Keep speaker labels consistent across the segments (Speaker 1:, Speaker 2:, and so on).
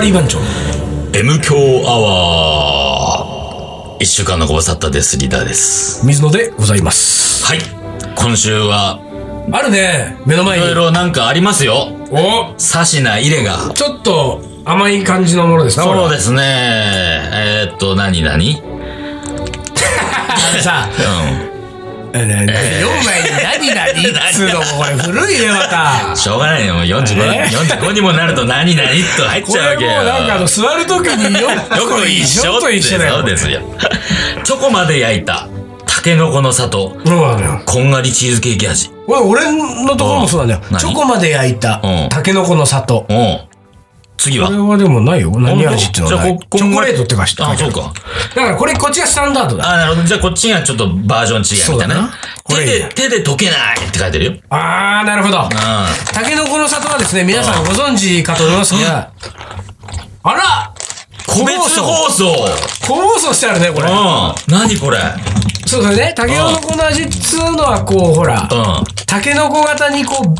Speaker 1: リー番長
Speaker 2: M 強アワー一週間のご無沙汰です、リーダーです。
Speaker 1: 水野でございます
Speaker 2: はい。今週は、
Speaker 1: あるね目の前
Speaker 2: い
Speaker 1: に
Speaker 2: ろいろなんかありますよ。
Speaker 1: お
Speaker 2: サシナ入れが。
Speaker 1: ちょっと甘い感じのものですな
Speaker 2: そうですすね。えー、っと、何何うん。
Speaker 1: さ4枚に何何っつうのもこれ古いねまた
Speaker 2: しょうがないよ。もう45、
Speaker 1: え
Speaker 2: 45にもなると何何と入 っ
Speaker 1: こ
Speaker 2: ちゃう
Speaker 1: れ
Speaker 2: わけ
Speaker 1: も
Speaker 2: よ。
Speaker 1: うなんかあの座る時 によ
Speaker 2: よく一緒
Speaker 1: よ
Speaker 2: っ
Speaker 1: く
Speaker 2: て
Speaker 1: 一緒だよ
Speaker 2: そうですよ。チョコまで焼いた、タケノコの里、
Speaker 1: そうなのよ
Speaker 2: こんがりチーズケーキ味。
Speaker 1: 俺俺のところもそうなんだ
Speaker 2: うん
Speaker 1: よチョコまで焼いた
Speaker 2: うん
Speaker 1: タケノコの里
Speaker 2: うん。次は
Speaker 1: これはでもないよ何味っていうのはない
Speaker 2: じゃあこ
Speaker 1: チョコレートってかして
Speaker 2: あ、そうか。
Speaker 1: だからこれこっちがスタンダードだ
Speaker 2: あ、なるほど。じゃあこっちがちょっとバージョン違いみたい
Speaker 1: そうだ
Speaker 2: なね
Speaker 1: な。こ
Speaker 2: 手
Speaker 1: れいい
Speaker 2: で
Speaker 1: ね、
Speaker 2: 手で溶けないって書いてるよ。
Speaker 1: あーなるほど
Speaker 2: う
Speaker 1: タケノコの里はですね、皆さんご存知かと思いますが、あら
Speaker 2: ん。個別包装
Speaker 1: 小包装してあるね、これ。
Speaker 2: うん。何これ
Speaker 1: そうだね。タケノコの味っつうのは、こう、ほら
Speaker 2: う、ん。
Speaker 1: タケノコ型にこう、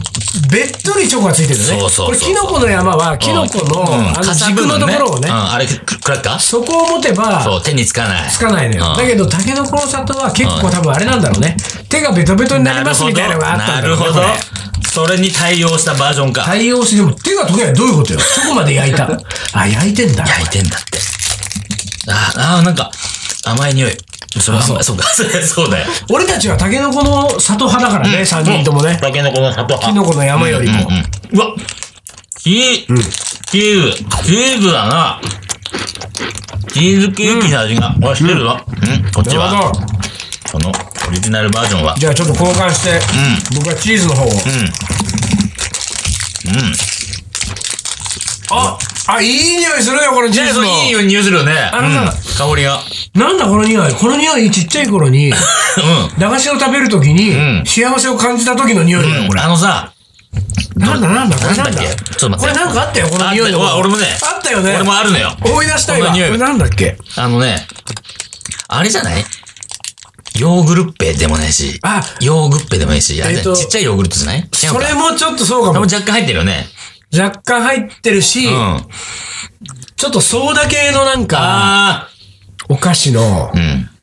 Speaker 1: べっとりチョコがついてるね。
Speaker 2: そうそうそう
Speaker 1: これ、キノコの山は、キノコの、
Speaker 2: うん
Speaker 1: あの、
Speaker 2: かさ部
Speaker 1: 軸の
Speaker 2: 分
Speaker 1: と
Speaker 2: ね
Speaker 1: ころをね
Speaker 2: うん、あれ、ククラッカー
Speaker 1: そこを持てば、
Speaker 2: そう、手につかない。
Speaker 1: つかないのよ。
Speaker 2: うん
Speaker 1: だけど、タケノコの里は結構多分あれなんだろうね。手がベトベトになりますみたいなのがあったん
Speaker 2: な
Speaker 1: だろ
Speaker 2: る
Speaker 1: うね
Speaker 2: ほど。
Speaker 1: これ
Speaker 2: なるほどそれに対応したバージョンか。
Speaker 1: 対応して、でも手が溶けない。どういうことよ。そこまで焼いた。あ、焼いてんだ。
Speaker 2: 焼いてんだって。あ、あ、なんか、甘い匂い。それは、そうそうか。 それそうだよ。
Speaker 1: 俺たちはタケノコの里派だからね、3人ともね。
Speaker 2: タケノコの里派
Speaker 1: キノコの山よりも。
Speaker 2: うん。うわチー、チーズ、チーズだな。チーズケーキの味が、俺してるぞ。うん、こっち
Speaker 1: なる
Speaker 2: は
Speaker 1: ほ、ど。
Speaker 2: このオリジナルバージョンは、
Speaker 1: じゃあちょっと交換して、僕はチーズの方を。あ、あ、いい匂いするよ、このチーズの。
Speaker 2: いいように匂いするよね。
Speaker 1: あのさ
Speaker 2: うん香りが。
Speaker 1: なんだこの匂い。この匂い、ちっちゃい頃に、駄菓子を食べるとき
Speaker 2: う
Speaker 1: に
Speaker 2: ん、
Speaker 1: 幸せを感じた時の匂いだ
Speaker 2: う
Speaker 1: よ、
Speaker 2: ん。
Speaker 1: これ。
Speaker 2: あのさ、
Speaker 1: なんだなんだ、これなんだ
Speaker 2: なんだっけちょっと。
Speaker 1: こ
Speaker 2: 待っ
Speaker 1: れ
Speaker 2: て
Speaker 1: なんかあったよ、この匂いの
Speaker 2: あったよわ俺もね
Speaker 1: あったよね。
Speaker 2: 俺もあるのよ。
Speaker 1: 思い出したいわ。
Speaker 2: こ
Speaker 1: こ
Speaker 2: の匂
Speaker 1: れ
Speaker 2: い
Speaker 1: なんだっけ
Speaker 2: あのね、あれじゃないヨーグルッペでもないし、
Speaker 1: あ
Speaker 2: ヨーグルッペでもないし、あれ
Speaker 1: えっと
Speaker 2: ちっちゃいヨーグルトじゃない違うか
Speaker 1: それもちょっとそうか
Speaker 2: でも
Speaker 1: も。
Speaker 2: 若干入ってるよね。
Speaker 1: 若干入ってるし、
Speaker 2: うん。
Speaker 1: ちょっとソーダ系のなんか、
Speaker 2: あ
Speaker 1: お菓子の
Speaker 2: ー。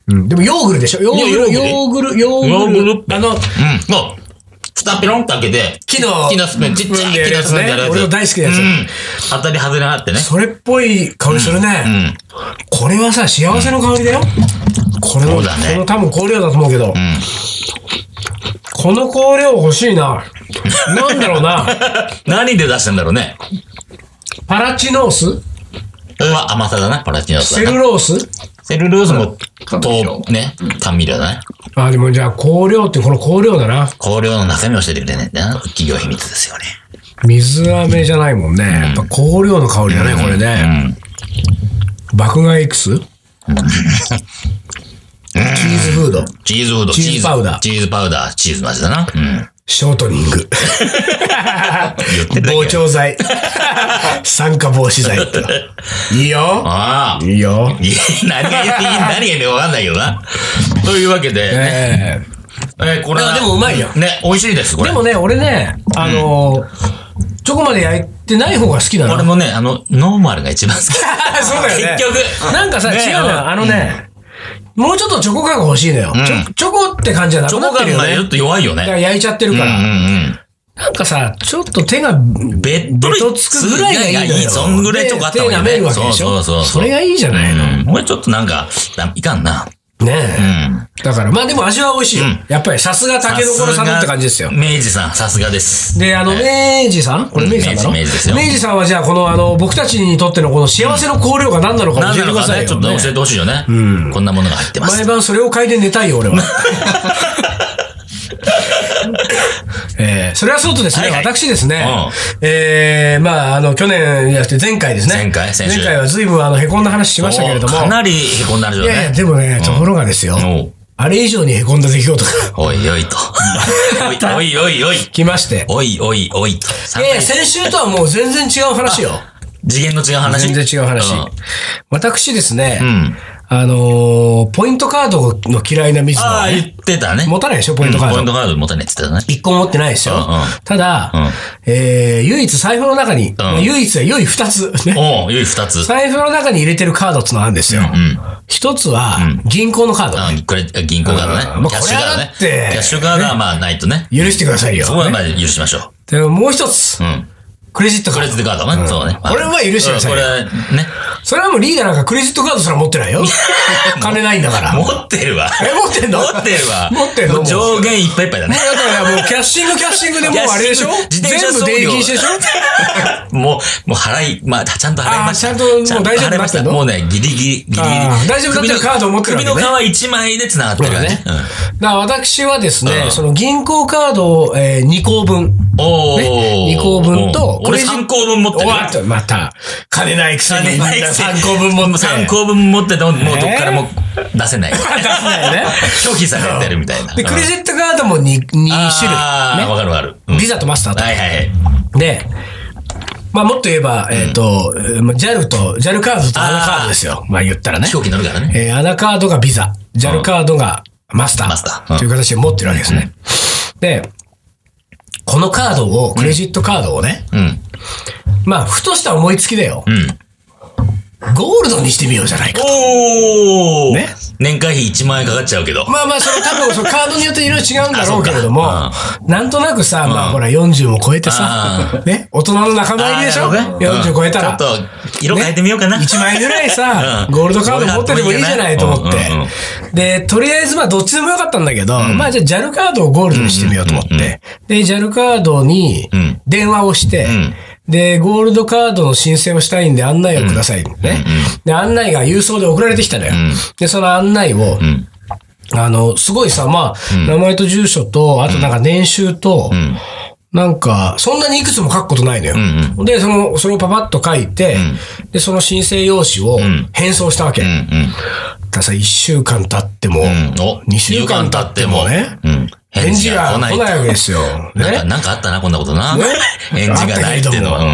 Speaker 2: う、ん。
Speaker 1: うんでもヨーグルでしょヨーグル、
Speaker 2: い
Speaker 1: ヨ
Speaker 2: や
Speaker 1: ーグル、ヨ
Speaker 2: ヨーグル
Speaker 1: ー
Speaker 2: っ
Speaker 1: グ
Speaker 2: て
Speaker 1: ル。あの、
Speaker 2: うん。もう、蓋ペロンって開けて、
Speaker 1: 木の
Speaker 2: 木のスプーン、ちっちゃい木のスプーンでやるやつ。
Speaker 1: 俺の大好きなやつ
Speaker 2: うん。当たり外れなかってね。
Speaker 1: それっぽい香りする
Speaker 2: う
Speaker 1: ね。
Speaker 2: ん。
Speaker 1: これはさ、幸せの香りだよ。これも、
Speaker 2: そう
Speaker 1: こ
Speaker 2: だね
Speaker 1: の多分香料だと思うけど。この香料欲しいな。なんだろう な。
Speaker 2: 何で出したんだろうね。
Speaker 1: パラチノース
Speaker 2: これは甘さだな、パラチナス
Speaker 1: セ
Speaker 2: だ
Speaker 1: ル
Speaker 2: な。
Speaker 1: ロース
Speaker 2: セルロースも、と、ね、甘味料だね。
Speaker 1: あ、でもじゃあ香料ってこの香料だな。
Speaker 2: 香料の中身を教えてくれないんだな。企業秘密ですよね。
Speaker 1: 水飴じゃないもんね。やっぱ香料の香りだね、これね。爆買いいくつチーズフード。
Speaker 2: チーズフード、
Speaker 1: チーズパウダー
Speaker 2: チーズパウダー、チーズの味だな。うん。
Speaker 1: ショートニン グ。
Speaker 2: 言ってたけど
Speaker 1: 膨張 剤。酸化防止剤っての。いいよ。
Speaker 2: ああ。
Speaker 1: いいよ。
Speaker 2: いや何が言っていい、 何が言っていいか分かんないよな。というわけで、ね、
Speaker 1: ええ
Speaker 2: えーこれは。
Speaker 1: でもうまいよ
Speaker 2: ね、美味しいです、これ。
Speaker 1: でもね、俺ね、あのー、チョコまで焼いてない方が好きだな。
Speaker 2: 俺もね、あの、ノーマルが一番好き。
Speaker 1: そうだよね
Speaker 2: 結局。
Speaker 1: なんかさ、
Speaker 2: ね
Speaker 1: 違うのよ。あのね、もうちょっとチョコ感が欲しいのよ。チョチョコって感じじゃな
Speaker 2: チ
Speaker 1: く
Speaker 2: ョ
Speaker 1: な
Speaker 2: コ
Speaker 1: ってる
Speaker 2: 感
Speaker 1: よ
Speaker 2: がちょっ
Speaker 1: ね。
Speaker 2: と弱いよ
Speaker 1: だから
Speaker 2: ね。
Speaker 1: 焼いちゃってる
Speaker 2: うんう
Speaker 1: か
Speaker 2: ん
Speaker 1: ら。
Speaker 2: うん。
Speaker 1: なんかさ、ちょっと手が、
Speaker 2: べっとり
Speaker 1: つくぐらいがいいのよ。
Speaker 2: そんぐらいチョコあった方がいいよね
Speaker 1: で手舐めるわけでしょ。
Speaker 2: そうそうそう
Speaker 1: れがいいじゃないの。
Speaker 2: うん。俺ちょっとなんか、だいかんな。
Speaker 1: ね
Speaker 2: う
Speaker 1: え。
Speaker 2: ん。
Speaker 1: だから、まあでも味は美味しいよ。やっぱりさすがタケノコの里って感じですよ
Speaker 2: さ。が明治さん、さすがです。
Speaker 1: で、あの、明治さんこれ明治さんだろ
Speaker 2: 明治明治ですよ
Speaker 1: 治さんはじゃあ、この、あの、僕たちにとってのこの幸せの香料が何なのか
Speaker 2: 何
Speaker 1: 教えて
Speaker 2: なの
Speaker 1: くだ
Speaker 2: か
Speaker 1: さい
Speaker 2: ね、
Speaker 1: よ。
Speaker 2: ちょっと教えてほしいよね。こんなものが入ってます
Speaker 1: 毎。晩それを嗅いで寝たいよ、俺 は。えー、それはそうとですね、
Speaker 2: はいはい
Speaker 1: 私ですね、えー、まあ、あの、去年やって、前回ですね。
Speaker 2: 前回先週
Speaker 1: 前回は随分、あの、へこんだ話しましたけれども。
Speaker 2: おかなりへこんだる
Speaker 1: い
Speaker 2: よ
Speaker 1: やいや、
Speaker 2: ね。
Speaker 1: でもね、ところがですよ、
Speaker 2: お
Speaker 1: あれ以上にへこんだ出来事が
Speaker 2: おいおいと。おいおいおい。
Speaker 1: 来まして。
Speaker 2: おいおいおいと。
Speaker 1: いやいや、先週とはもう全然違う話よ。
Speaker 2: 次元の違う話。
Speaker 1: 全然違う話。
Speaker 2: うん
Speaker 1: 私ですね、
Speaker 2: ん
Speaker 1: あのーポイントカードの嫌いな水野
Speaker 2: あ
Speaker 1: は
Speaker 2: あ、
Speaker 1: ね、
Speaker 2: 言ってたね。
Speaker 1: 持たないでしょ、ポイントカ
Speaker 2: うんポイ
Speaker 1: ー
Speaker 2: ン
Speaker 1: ド。
Speaker 2: トカード持たねえって言ってたね。
Speaker 1: 一個も持ってないでしょ。
Speaker 2: うんうん
Speaker 1: ただ、
Speaker 2: うん
Speaker 1: えー、唯一財布の中に、まあ唯一は唯一二つ、ね。
Speaker 2: おう、よい二つ。
Speaker 1: 財布の中に入れてるカードってのがあるんですよ。
Speaker 2: うん。
Speaker 1: 一つは、銀行のカード。
Speaker 2: あこれ、銀行カードね。
Speaker 1: うんまあ
Speaker 2: キャッシュカードね。
Speaker 1: これはだって
Speaker 2: キャッシュカードはまあないとね。
Speaker 1: 許してくださいよ。
Speaker 2: そこはま
Speaker 1: ね
Speaker 2: あ許しましょ
Speaker 1: でもう一つ
Speaker 2: う。う、ん。
Speaker 1: クレジットカー
Speaker 2: クレ
Speaker 1: ド
Speaker 2: ジッ。トカードね。そうね。
Speaker 1: これは許してください
Speaker 2: うん
Speaker 1: よ
Speaker 2: これはね。
Speaker 1: それはもうリーダーなんかクレジットカードすら持ってないよ。金ないんだから。
Speaker 2: 持っ てるわ。
Speaker 1: え、持ってん
Speaker 2: 持
Speaker 1: の
Speaker 2: ってるわ。
Speaker 1: 持ってんのもう
Speaker 2: 上限いっぱいいっぱいだ ね。
Speaker 1: だからもうキャッシングキャッシングでもうあれでしょ
Speaker 2: キャッシング自転車
Speaker 1: 全部
Speaker 2: 送料
Speaker 1: 定金してでしょ
Speaker 2: もう、もう払い、まあ、ちゃんと払いました。
Speaker 1: あーちゃんともう大丈夫
Speaker 2: 払いまし
Speaker 1: だった
Speaker 2: た。
Speaker 1: の
Speaker 2: もうね、ギリギリ、ギリギリ
Speaker 1: あー。大丈夫だったらカード持ってるわけ
Speaker 2: 首
Speaker 1: ね
Speaker 2: の首の皮一枚で繋がってるからね。
Speaker 1: だから私はですね、
Speaker 2: うん
Speaker 1: その銀行カードを、え2個分。
Speaker 2: うんおー。
Speaker 1: ね、2個分と
Speaker 2: お、ー俺3個分持って
Speaker 1: お
Speaker 2: るよ。
Speaker 1: わっと、また、金ないくせに、3個分持って。
Speaker 2: 3個分持ってても、もうどっからも出せない。
Speaker 1: 出せない ね。
Speaker 2: 拒否されてるみたいな。
Speaker 1: で、クレジ
Speaker 2: ッ
Speaker 1: ットカードも 2, 二
Speaker 2: あ
Speaker 1: 種
Speaker 2: ー
Speaker 1: 類、
Speaker 2: わか
Speaker 1: ね。
Speaker 2: るわかる。うん
Speaker 1: ビザとマスターと。
Speaker 2: はいはいはい。
Speaker 1: で、まあもっと言えば、えっ、と、えーまあ JAL と、JAL カードとアナカードですよ。まあ言ったらね。
Speaker 2: 飛行機乗るからね。
Speaker 1: えー、アナカードがビザ、JAL カードがマスター。
Speaker 2: マスターうん
Speaker 1: という形で持ってるわけですね。で、このカードを、クレジットカードをね、
Speaker 2: うん。
Speaker 1: まあ、ふとした思いつきだよ。
Speaker 2: うん。
Speaker 1: ゴールドにしてみようじゃないか。
Speaker 2: おー
Speaker 1: ね
Speaker 2: 年会費1万円かかっちゃうけど。
Speaker 1: まあまあ、その多分、そのカードによっていろいろ違うんだろうけれども
Speaker 2: あ、
Speaker 1: なんとなくさ、まあほら40も超えてさ
Speaker 2: あ、
Speaker 1: ね、大人の仲間入りでしょ
Speaker 2: あーなるほどねうん
Speaker 1: ?40 超えたら。
Speaker 2: ちょっと、色変えてみようかな。
Speaker 1: 1万円ぐらいさ、
Speaker 2: うん
Speaker 1: ゴールドカード持っててもいいじゃないと思って
Speaker 2: うんうんうん。
Speaker 1: で、とりあえずまあどっちでもよかったんだけど、まあじゃあ JAL カードをゴールドにしてみようと思って。
Speaker 2: うんうんうん
Speaker 1: で、JAL カードに
Speaker 2: うん
Speaker 1: 電話をして、
Speaker 2: ん
Speaker 1: で、ゴールドカードの申請をしたいんで案内をください、ねで、案内が郵送で送られてきたのよ。
Speaker 2: ん
Speaker 1: で、その案内を、
Speaker 2: ん
Speaker 1: あの、すごいさ、まあ、名前と住所と、あとなんか年収と、
Speaker 2: ん
Speaker 1: なんか、そんなにいくつも書くことないのよ。
Speaker 2: ん
Speaker 1: で、その、それをパパッと書いて、で、その申請用紙を
Speaker 2: ん
Speaker 1: 返送したわけ。
Speaker 2: うん
Speaker 1: たださ、1週間経っても、
Speaker 2: うん。うん。お
Speaker 1: 2週間経ってもね、
Speaker 2: うん。
Speaker 1: 返事が来ない
Speaker 2: と
Speaker 1: わけですよ。
Speaker 2: なんか、
Speaker 1: ね。
Speaker 2: なんかあったな、こんなことな。
Speaker 1: ね
Speaker 2: 返事がないっていうのは。
Speaker 1: あ
Speaker 2: う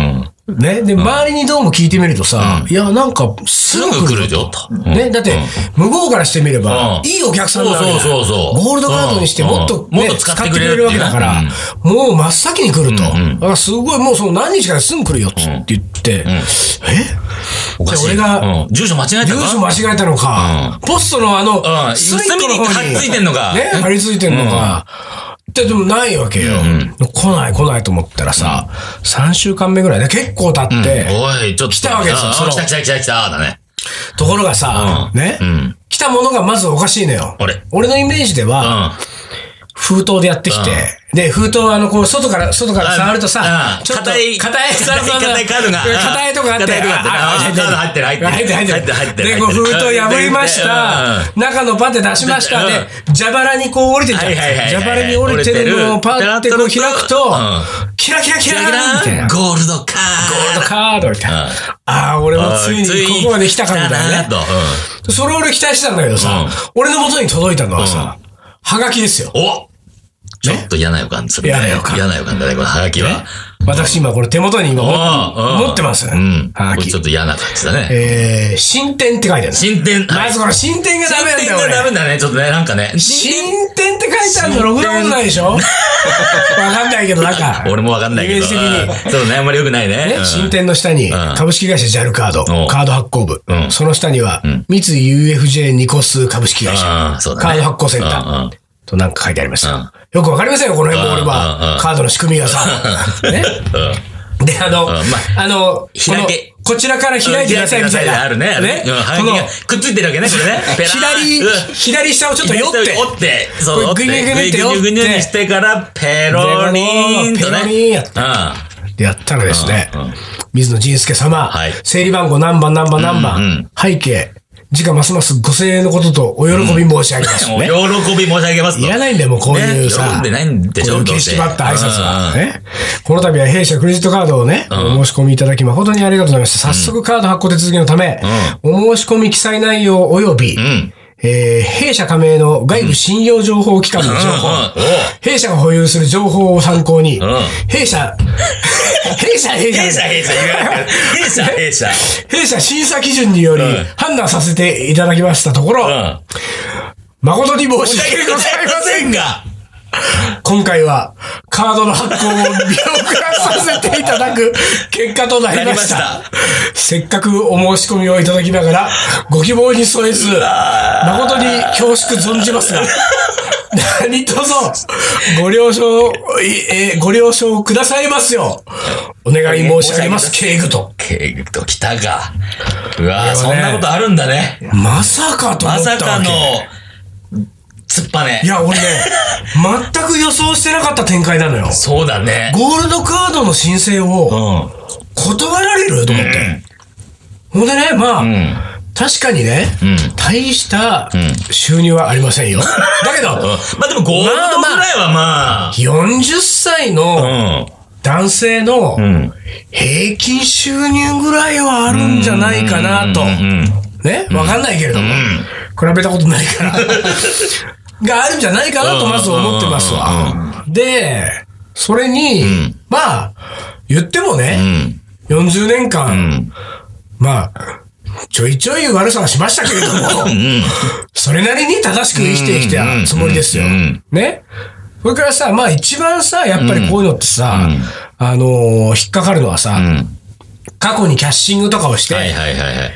Speaker 2: ん。
Speaker 1: ね。で、周りにどうも聞いてみるとさ、いや、なんか、す
Speaker 2: す
Speaker 1: ぐ来
Speaker 2: ぐ来
Speaker 1: る。
Speaker 2: るよ、と。うん
Speaker 1: ね。だって、向こうからしてみれば
Speaker 2: う、ん
Speaker 1: いいお客さんなわけだ
Speaker 2: そうそうそうそう
Speaker 1: ゴールドカードにして、
Speaker 2: うん
Speaker 1: もっと
Speaker 2: もっ
Speaker 1: ね
Speaker 2: と使ってくれる
Speaker 1: 使わけだから、もう真っ先に来ると。だ
Speaker 2: うんうん
Speaker 1: からすごい、もうその何日からすぐ来るよっつって言って、え
Speaker 2: おかしい。
Speaker 1: じゃあ俺
Speaker 2: うん、住所間違えた
Speaker 1: 住
Speaker 2: か
Speaker 1: 所間違えたのか、ポストのあの
Speaker 2: う、ん隅に貼り付いてんのか
Speaker 1: ね、貼り付いてんのか。ってでもないわけよ。来ない来ないと思ったらさ、3週間目ぐらいで結構経って、
Speaker 2: おい、ちょっと。
Speaker 1: 来たわけですよ
Speaker 2: あ
Speaker 1: その
Speaker 2: 来た来た来た来た、だね。
Speaker 1: ところがさ、
Speaker 2: うん
Speaker 1: ね、
Speaker 2: うん
Speaker 1: 来たものがまずおかしいのよ。
Speaker 2: あれ
Speaker 1: 俺のイメージで
Speaker 2: うん。
Speaker 1: は、封筒でやってきて、で、封筒はあの、こう、外から、外から触るとさ
Speaker 2: う、ん
Speaker 1: ちょっと、
Speaker 2: 硬い
Speaker 1: 硬い、
Speaker 2: 硬い
Speaker 1: そうそうそう
Speaker 2: 硬いカードが
Speaker 1: 硬いとこあって、
Speaker 2: 硬いとこあって
Speaker 1: あ
Speaker 2: あカード入ってる
Speaker 1: 入
Speaker 2: 入
Speaker 1: っ
Speaker 2: ってて
Speaker 1: る
Speaker 2: る
Speaker 1: 入ってる
Speaker 2: 入ってる
Speaker 1: で、こう、
Speaker 2: 入っ
Speaker 1: 封
Speaker 2: て
Speaker 1: 筒
Speaker 2: る
Speaker 1: 破りまし
Speaker 2: うん
Speaker 1: た、中のパテ出しました
Speaker 2: うん
Speaker 1: で、蛇腹にこう降りてるじゃん。
Speaker 2: はいはいはいはい
Speaker 1: 蛇腹に降りてるのをパッてこう開くと
Speaker 2: うん、
Speaker 1: キラキラキラーンみたいな。ゴ
Speaker 2: ゴールドカ
Speaker 1: ールド
Speaker 2: ー
Speaker 1: カードみたいな
Speaker 2: うん。
Speaker 1: ああ、俺もついにここまで来たかみたいなね
Speaker 2: と。。う
Speaker 1: それ俺期待してたんだけどさ、俺の元に届いたのはさ、はがきですよ。
Speaker 2: んおちょっと嫌な予感するね。
Speaker 1: 嫌な予感
Speaker 2: 嫌な予感だね、このハガキは。
Speaker 1: 私今これ手元に今持
Speaker 2: うんうん
Speaker 1: 持ってます。
Speaker 2: うん。
Speaker 1: はが
Speaker 2: これ
Speaker 1: き
Speaker 2: ちょっ。と嫌な感じだね。
Speaker 1: えー、進展って書いてある。
Speaker 2: 進展。
Speaker 1: まずこの進展がダメなんだ
Speaker 2: 進展
Speaker 1: よ
Speaker 2: がダ
Speaker 1: 俺。
Speaker 2: メだね、ちょっとね、なんかね。
Speaker 1: 進展って書いてあるのろくなことない でしょわかんないけど、なんか。
Speaker 2: 俺もわかんないけど。
Speaker 1: イメージ的に。
Speaker 2: うんそうね、あんまり良くないね。う
Speaker 1: ね、
Speaker 2: ん
Speaker 1: 進展の下に
Speaker 2: ん、
Speaker 1: 株式会社 JAL カード、
Speaker 2: お
Speaker 1: カード発行部
Speaker 2: う。ん
Speaker 1: その下には、三井 UFJ ニコス株式会社、
Speaker 2: ああ、そうだね。
Speaker 1: カード発行センタ
Speaker 2: うんうん
Speaker 1: ー。となんか書いてありまし
Speaker 2: うん
Speaker 1: た。よくわかりませんよ、この辺も俺
Speaker 2: うんうん
Speaker 1: は
Speaker 2: う。ん
Speaker 1: カードの仕組みが さ。ね。で、あの、
Speaker 2: んま
Speaker 1: あの、こ
Speaker 2: 開け
Speaker 1: のこちらから開いてくださいみたいな。
Speaker 2: あるね。あるね。うん
Speaker 1: こ
Speaker 2: はい
Speaker 1: の
Speaker 2: いやくっついてるわけね、こ れね。ペラー
Speaker 1: 左
Speaker 2: うん、
Speaker 1: 左下をちょっと寄って。
Speaker 2: 折って、そう、
Speaker 1: これ
Speaker 2: 折って、
Speaker 1: ぐにゅぐにゅって
Speaker 2: ぐにゅぐにゅ
Speaker 1: 折って
Speaker 2: にしてから、ペロリーンとね。
Speaker 1: ペロリーンやって
Speaker 2: うん。
Speaker 1: でやったらですね
Speaker 2: うんうん、
Speaker 1: 水野仁介様
Speaker 2: はい、
Speaker 1: 整理番号何番何番何
Speaker 2: うんう
Speaker 1: 番
Speaker 2: ん、
Speaker 1: 背景、時価ますますご声援のこととお喜び申し上げます。
Speaker 2: もう、
Speaker 1: ね
Speaker 2: 喜び申し上げますと。
Speaker 1: いらないんだよ、もうこういう
Speaker 2: ね
Speaker 1: さ。
Speaker 2: 喜んでないんでしょ
Speaker 1: こういう
Speaker 2: ど
Speaker 1: 景
Speaker 2: うせ
Speaker 1: 色ばった挨拶
Speaker 2: うんう
Speaker 1: は。
Speaker 2: ん
Speaker 1: ね。この度は弊社クレジットカードをね、お申し込みいただき誠にありがとうございました。早速カード発行手続きのため、お申し込み記載内容及び
Speaker 2: ん、
Speaker 1: えー弊社加盟の外部信用情報機関の情報、弊社が保有する情報を参考に、
Speaker 2: ん
Speaker 1: 弊 社、弊社、弊社、
Speaker 2: 弊社、弊社、言わないから。弊社、弊社。
Speaker 1: 弊社審査基準により
Speaker 2: うん
Speaker 1: 判断させていただきましたところ、
Speaker 2: うん。
Speaker 1: 誠に申し
Speaker 2: 申し
Speaker 1: 訳
Speaker 2: 訳
Speaker 1: ご
Speaker 2: ご
Speaker 1: ざ
Speaker 2: ざ
Speaker 1: い
Speaker 2: い
Speaker 1: ま
Speaker 2: ま
Speaker 1: せ
Speaker 2: せ
Speaker 1: ん
Speaker 2: ん
Speaker 1: が、
Speaker 2: が。
Speaker 1: 今回はカードの発行を見送らさせていただ く結果となりました。
Speaker 2: なりま
Speaker 1: せっかくお申し込みをいただきながら、ご希望に添えず、誠に恐縮存じ ますが、何卒ご了承、いえーご了承くださいますようお願い申し上げます、敬具と。
Speaker 2: ケーキと来たか。うわ
Speaker 1: ね
Speaker 2: ぁ、そんなことあるんだね。
Speaker 1: まさかと思
Speaker 2: ま
Speaker 1: ったわ
Speaker 2: さ
Speaker 1: け。
Speaker 2: かの、突っぱね
Speaker 1: い。や、 俺ね、全く予想してなかった展開なのよ。
Speaker 2: そうだね。
Speaker 1: ゴールドカードの申請
Speaker 2: う
Speaker 1: を
Speaker 2: ん。
Speaker 1: 断られると思って。ほんでね、まあ、
Speaker 2: ん
Speaker 1: 確かにね、
Speaker 2: ん
Speaker 1: 大した
Speaker 2: ん
Speaker 1: 収入はありませんよ。だけど、
Speaker 2: まあでもゴールドぐらいはまあ、
Speaker 1: 40歳の男性の
Speaker 2: うん。うん。
Speaker 1: 平均収入ぐらいはあるんじゃないかなと。
Speaker 2: うん。
Speaker 1: ね、わかんないけれども、比べたことないから、があるんじゃないかなとまず思ってますわ。で、それに、まあ、言っても
Speaker 2: う
Speaker 1: ね、
Speaker 2: ん。
Speaker 1: 40年間、
Speaker 2: うん。
Speaker 1: まあ、ちょいちょい悪さはしましたけれども、
Speaker 2: うん。
Speaker 1: それなりに正しく生きてきたつもりですよ
Speaker 2: うんうん。
Speaker 1: ね。それからさ、まあ一番さ、やっぱりこういうのってさ、あのー引っかかるのはさ、
Speaker 2: うん。
Speaker 1: 過去にキャッシングとかをして、
Speaker 2: はいはいはいはい。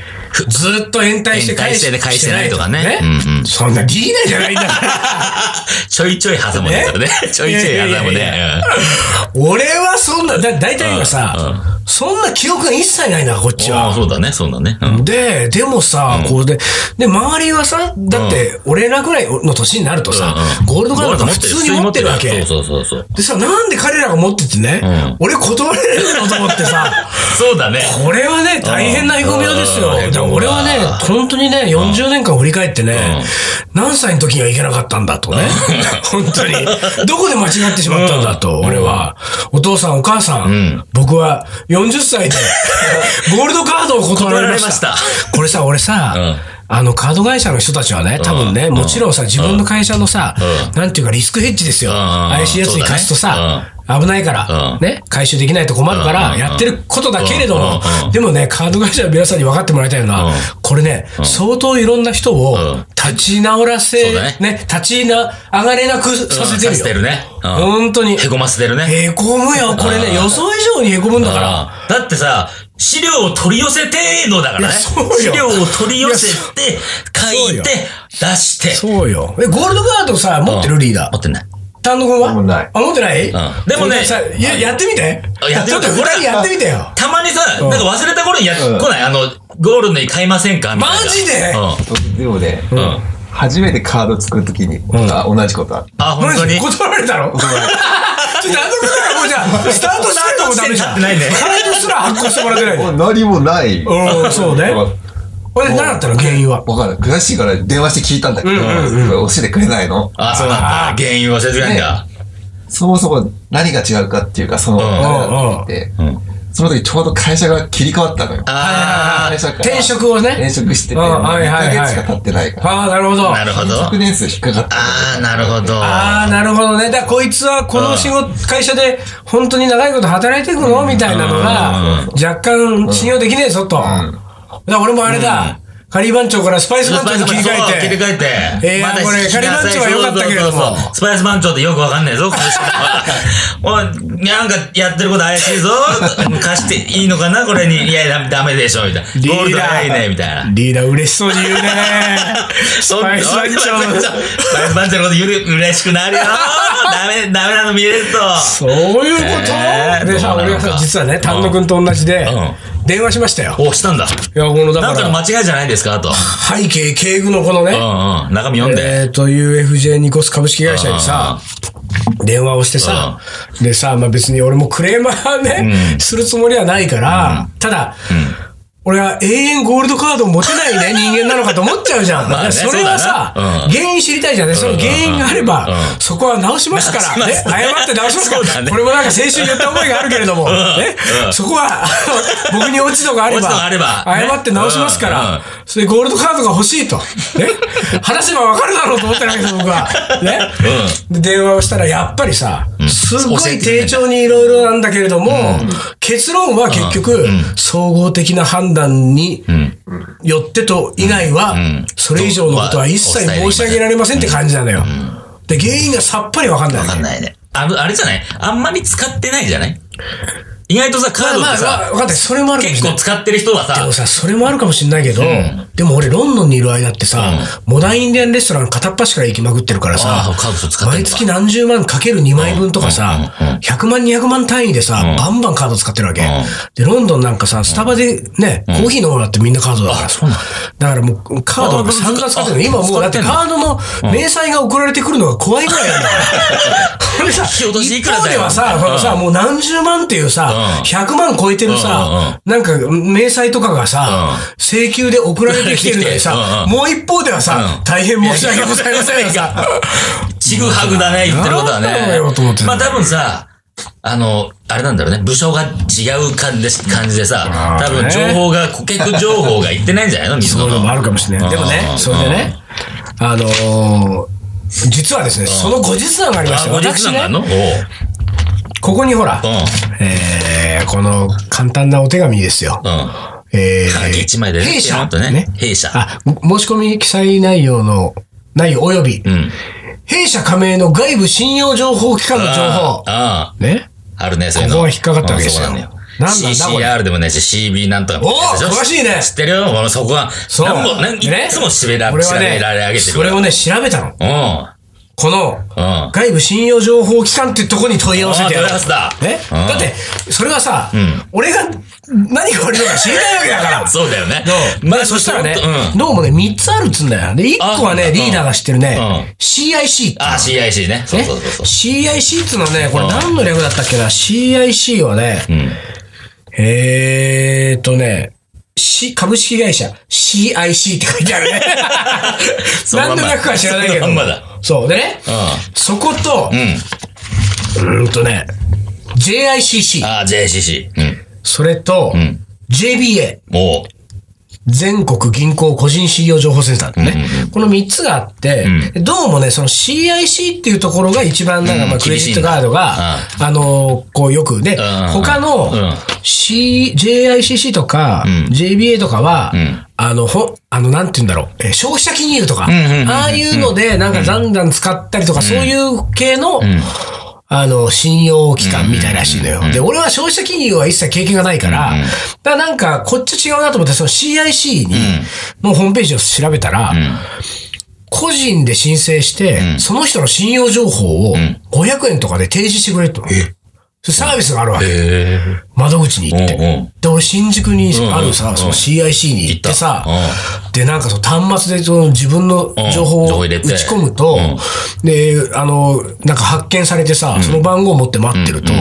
Speaker 1: ずーっと延滞して返し
Speaker 2: 延滞して返してないとかねうんうん
Speaker 1: そんなリーダーじゃないんだ から。
Speaker 2: ちょいちょい挟むね。それねちょ いちょい挟む
Speaker 1: いやいやい
Speaker 2: ね。
Speaker 1: 俺はそんな、だ、大体がさ、そんな記憶が一切ないんだから、こっ
Speaker 2: う
Speaker 1: ち
Speaker 2: んああ、
Speaker 1: は。
Speaker 2: そうだね、そうだね。うん
Speaker 1: で、でもさ、こうで、で、周りはさ、だって、俺らぐらいの年になるとさ、ゴールドカードとか普通に持ってるわけ。
Speaker 2: そうそうそうそう。
Speaker 1: でさ、なんで彼らが持っててね、
Speaker 2: うん
Speaker 1: 俺断れるのと思ってさ、
Speaker 2: そうだね。
Speaker 1: これはね、大変なへこみよですよ。
Speaker 2: うん
Speaker 1: だから俺はね
Speaker 2: うん、
Speaker 1: 本当にね、40年間振り返ってね、何歳の時にはいけなかったんだとね。本当 に。どこで間違ってしまったんだと、俺は。お父さん、お母さん
Speaker 2: ん、
Speaker 1: 僕は40歳 でゴールドカードを断られまし
Speaker 2: 断
Speaker 1: た
Speaker 2: られま。
Speaker 1: これさ、俺
Speaker 2: うん
Speaker 1: さ、あの、カード会社の人たちはね、多分ね、
Speaker 2: うん
Speaker 1: もちろんさ、自分の会社のさ
Speaker 2: う、
Speaker 1: なんていうかリスクヘッジですよ。
Speaker 2: うん
Speaker 1: 怪しいやつに貸すと
Speaker 2: そうだ
Speaker 1: さ
Speaker 2: ね、
Speaker 1: 危ないから
Speaker 2: う、ん
Speaker 1: ね、回収できないと困るか
Speaker 2: うんうん
Speaker 1: ら、
Speaker 2: うん
Speaker 1: やってることだけれど
Speaker 2: うんうん
Speaker 1: も
Speaker 2: うん、
Speaker 1: でもね、カード会社の皆さんに分かってもらいたいのは、
Speaker 2: うん
Speaker 1: これね、相当いろんな人を
Speaker 2: ん
Speaker 1: 立ち直らせ、
Speaker 2: そうだ
Speaker 1: ね
Speaker 2: ね
Speaker 1: 立ちな、上がれなくさせて
Speaker 2: うん
Speaker 1: る
Speaker 2: させ
Speaker 1: よ。
Speaker 2: てるね。うん
Speaker 1: 本当に。
Speaker 2: へこませてるね。
Speaker 1: へこむよ。これ
Speaker 2: う
Speaker 1: ね、
Speaker 2: ん
Speaker 1: 予想以上にへこむんだから。
Speaker 2: だってさ、資料を取り寄せてのだから
Speaker 1: いや
Speaker 2: ね。
Speaker 1: そうよ
Speaker 2: 資料を取り寄せて、書
Speaker 1: そう
Speaker 2: い
Speaker 1: よ
Speaker 2: て、出して。
Speaker 1: そうよ。え、ゴールドカードさ、持ってるリーダー。
Speaker 2: 持ってない。
Speaker 1: 丹野くんは
Speaker 3: 持ってない
Speaker 1: あ、持ってない
Speaker 2: んでもね
Speaker 1: さや、やってみて。
Speaker 2: あやって
Speaker 1: ちょ
Speaker 2: み
Speaker 1: ってとこれやってみてよ。
Speaker 2: たまにさ、なんか忘れた頃にやっ、
Speaker 3: うん
Speaker 2: 来ないあの、ゴールドに買いませんかみたいな。
Speaker 1: マジで
Speaker 3: でもね、
Speaker 2: うん。うん。
Speaker 3: 初めてカード作るときに、あ同じことある。
Speaker 2: あ、本当に。
Speaker 1: マジ断られたの ちょっとあの子からもうじゃあ、スタートしてるとこダメじゃん。
Speaker 2: スタートしてんだってないね
Speaker 1: カードすら発行してもらってないの
Speaker 3: もう何もない。
Speaker 1: うん、そうね。これ何だったの原因は。
Speaker 3: わかる。悔しいから電話して聞いたんだけど、教えてくれないの。
Speaker 2: あ、そうなんだ。原因を忘れてないんだ。
Speaker 3: そもそも何が違うかっていうか、その、
Speaker 2: ん
Speaker 3: あれだって言って、その時ちょうど会社が切り替わったのよ。
Speaker 2: あ
Speaker 3: 会社から
Speaker 1: 転職をね
Speaker 3: 転職してて、
Speaker 1: うん
Speaker 3: もう
Speaker 1: はいはいはい
Speaker 3: 2ヶ月しか経ってないから。
Speaker 1: ああ、なるほど。
Speaker 2: あ、なるほど。
Speaker 3: 昨年数引っかかった。
Speaker 2: ああ、なるほど。
Speaker 1: ああ、なるほどね。だからこいつはこの仕事、会社で本当に長いこと働いていくのみたいなのが、若干信用できねえぞと。だから俺もあれだ、カリー番長からスパイス番長に切り
Speaker 2: そう
Speaker 1: 替
Speaker 2: 切
Speaker 1: え
Speaker 2: り
Speaker 1: て。
Speaker 2: 替えて。
Speaker 1: えー
Speaker 2: まだ
Speaker 1: これ
Speaker 2: 引き
Speaker 1: カリバンチョは良かったけれども
Speaker 2: そうそうそうそうスパイス番長ってよくわかんないぞ、この人はおい、なんかやってること怪しいぞ。貸していいのかなこれに。いや、ダメダメでしょ、みたいな。
Speaker 1: リーダー
Speaker 2: ゴールドないね、みたいな。
Speaker 1: リーダー嬉しそうに言うね。スパイス番
Speaker 2: そんな
Speaker 1: 長。
Speaker 2: スパイス番長のことゆる嬉しくなるよ。ダメ、ダメなの見れると。
Speaker 1: そういうこ
Speaker 2: え
Speaker 1: と
Speaker 2: ー
Speaker 1: でさ、
Speaker 2: どうなの
Speaker 1: 俺
Speaker 2: か
Speaker 1: がさ、実はね、丹野くんと同じで
Speaker 2: う、
Speaker 1: 電話しましたよ。
Speaker 2: お、したんだ。
Speaker 1: いや、この、だ
Speaker 2: なん
Speaker 1: か
Speaker 2: からの、間違いじゃないですか、 と。
Speaker 1: 背景、敬具のこのね、
Speaker 2: うんうん。中身読んで。
Speaker 1: えっと、UFJ ニコス株式会社にさ、電話をしてさ、でさ、まあ別に俺もクレーマーね、するつもりはないから、ただ、俺は永遠ゴールドカードを持て ないね、人間なのかと思っちゃうじゃん。
Speaker 2: まあね
Speaker 1: それはさ、
Speaker 2: そうだなうん
Speaker 1: 原因知りたいじゃんね。その原因があれば、
Speaker 2: うん
Speaker 1: そこは直しますから、ね、
Speaker 2: 直し
Speaker 1: 謝
Speaker 2: ますね
Speaker 1: って直しますか
Speaker 2: そうだ
Speaker 1: ら、
Speaker 2: ね
Speaker 1: これもなんか先週言った覚えがあるけれども、ね
Speaker 2: うん
Speaker 1: そこは、 あの僕に落ち度があれば、
Speaker 2: 落ち度があればね
Speaker 1: 謝って直しますから、
Speaker 2: うんうん
Speaker 1: それでゴールドカードが欲しいと、ね、話せばわかるだろうと思ってるわけです、僕は。ね、で電話をしたら、やっぱりさ、すっごい丁重にいろいろなんだけれども、結論は結局、総合的な判断によってと以外は、
Speaker 2: ん
Speaker 1: それ以上のことは一切申し上げられませんって感じなのよ。で、原因がさっぱりわかんない
Speaker 2: わ
Speaker 1: わ
Speaker 2: か
Speaker 1: け。
Speaker 2: んないね。あの、あれじゃないあんまり使ってないじゃない意外とさ、カードっ
Speaker 1: ま
Speaker 2: て
Speaker 1: あ
Speaker 2: さ、
Speaker 1: まあ、わかんない。それもあるかも
Speaker 2: 結
Speaker 1: しれな
Speaker 2: 構
Speaker 1: い。
Speaker 2: 使ってる人は
Speaker 1: で
Speaker 2: さ
Speaker 1: も、さ、それもあるかもしれないけど、
Speaker 2: ん
Speaker 1: でも俺、ロンドンにいる間ってさ、モダンインディアンレストラン片っ端から行きまくってるから
Speaker 2: あ
Speaker 1: さ
Speaker 2: あ、カード使ってる
Speaker 1: 毎
Speaker 2: のか
Speaker 1: 月何十万かける2枚分とかさ、100万、200万単位でさ、バンバンカード使ってるわけ。で、ロンドンなんかさ、スタバでね、コーヒー飲むのだってみんなカードだから。だからもう、カードなんか散々使ってるの。
Speaker 2: あ
Speaker 1: 今もう、だって
Speaker 2: 使ってん
Speaker 1: カ
Speaker 2: の
Speaker 1: ードの明細が送られてくるのが怖いぐらいなんだから。これさ、
Speaker 2: 引き落としい
Speaker 1: 一
Speaker 2: くら
Speaker 1: 方
Speaker 2: だ
Speaker 1: で
Speaker 2: よ
Speaker 1: はさ、このさ、もう何十万っていうさ
Speaker 2: う、ん
Speaker 1: 100万超えてるさ、なんか、明細とかがさ、請求で送られてきてるのに
Speaker 2: 送ら
Speaker 1: さ
Speaker 2: れてきて、 うん
Speaker 1: もう一方ではさ
Speaker 2: う、ん
Speaker 1: 大変申し訳ございませんがさ、
Speaker 2: ちぐはぐだね、言ってることはね。
Speaker 1: なんだよと思ってた
Speaker 2: まあ多分さ、あの、あれなんだろうね、部署が違う感じで感じでさ、
Speaker 1: あー
Speaker 2: 多分
Speaker 1: ね
Speaker 2: 情報が、顧客情報が言ってないんじゃないの水
Speaker 1: そ
Speaker 2: 野
Speaker 1: ういうの
Speaker 2: の。
Speaker 1: もあるかもしれない。 でもね
Speaker 2: う、ん
Speaker 1: それでね、あのー、実はですね、その後日談がありまし
Speaker 2: あ、
Speaker 1: て、
Speaker 2: 後日
Speaker 1: 私
Speaker 2: 談があん
Speaker 1: ね、
Speaker 2: のおう。
Speaker 1: ここにほら
Speaker 2: う、ん。
Speaker 1: えーこの簡単なお手紙ですよ。
Speaker 2: うん。
Speaker 1: えー
Speaker 2: はがき一枚でね
Speaker 1: 弊社
Speaker 2: ピロンとね弊社
Speaker 1: あ、申し込み記載内容の、内容及び、
Speaker 2: うん。
Speaker 1: 弊社加盟の外部信用情報機関の情報。
Speaker 2: あ
Speaker 1: ね。
Speaker 2: あ。あるね、そういうの。
Speaker 1: ここが引っかかったわけですよ
Speaker 2: うんそうなんだよ。
Speaker 1: なんなんだこれ
Speaker 2: CCR でもないし、CB なんとか
Speaker 1: おー詳しいね
Speaker 2: 知ってるよ。俺そこは、
Speaker 1: そう
Speaker 2: なんも、なんい
Speaker 1: ね
Speaker 2: つも調べら
Speaker 1: 俺は
Speaker 2: 調べ
Speaker 1: ね
Speaker 2: られ上げて、る
Speaker 1: そ
Speaker 2: か
Speaker 1: れ
Speaker 2: ら。
Speaker 1: をね、調べたの。
Speaker 2: うん。あ
Speaker 1: この
Speaker 2: うん、
Speaker 1: 外部信用情報機関ってとこに問い合わせ
Speaker 2: あ、
Speaker 1: て
Speaker 2: ト
Speaker 1: や
Speaker 2: ラ
Speaker 1: る
Speaker 2: スだ。
Speaker 1: ね
Speaker 2: うん
Speaker 1: だって、それはさ
Speaker 2: ん、
Speaker 1: 俺が何が悪いのか知りたいわけだ から。
Speaker 2: そうだよね。
Speaker 1: まあ、そしたらね
Speaker 2: うん。、
Speaker 1: どうもね、3つあるっつうんだよ。で、1個は
Speaker 2: あ
Speaker 1: ね、
Speaker 2: そうなんだ
Speaker 1: リーダーが知ってる
Speaker 2: う
Speaker 1: ね、CIC って
Speaker 2: あ、CIC ね。そう
Speaker 1: ね
Speaker 2: そうそうそう。
Speaker 1: CIC っつうのはね、これ何の略だったっけな ?CIC はね、えーっとね、C、株式会社 CIC って書いてあるね。
Speaker 2: そのま
Speaker 1: 何
Speaker 2: んま
Speaker 1: の略か知らないけど。
Speaker 2: そのまんまだ
Speaker 1: そう。でね、
Speaker 2: う
Speaker 1: そこと、
Speaker 2: ん。うん。
Speaker 1: うーんとね、JICC、
Speaker 2: あ、JCC。うん。
Speaker 1: それと、
Speaker 2: ん
Speaker 1: JBA、
Speaker 2: おう。
Speaker 1: 全国銀行個人信用情報センターだね。この3つがあって、どうもね、その CIC っていうところが一番なんか、まあ、
Speaker 2: うん
Speaker 1: クレジッ
Speaker 2: 厳しい
Speaker 1: ト
Speaker 2: んだ
Speaker 1: カードが、あのー、こうよくね、
Speaker 2: ん
Speaker 1: 他の
Speaker 2: うん
Speaker 1: C、JICC とか、JBA とかは、あの、ほ、あの、なんて言うんだろう、えー消費者金融とか、
Speaker 2: んうんうんうん
Speaker 1: ああいうので、なんか、ざんざん使ったりとか、そういう系の、あの、信用機関みたいらしいのよ。で、俺は消費者金融は一切経験がないから、だからなんか、こっち違うなと思って、その CIC に、のホームページを調べたら、個人で申請して、その人の信用情報を500円とかで提示してくれと。サービスがあるわけ。
Speaker 2: へえ。
Speaker 1: 窓口に行って。
Speaker 2: うんうん
Speaker 1: で、俺、新宿にあるさ、
Speaker 2: うんうん
Speaker 1: その CIC に行ってさ、
Speaker 2: 行っ
Speaker 1: で、なんかその端末でその自分の情報
Speaker 2: うん情
Speaker 1: を
Speaker 2: 報
Speaker 1: 打
Speaker 2: 入れて
Speaker 1: ち込むと、で、あの、なんか発見されてさ、その番号を持って待ってると、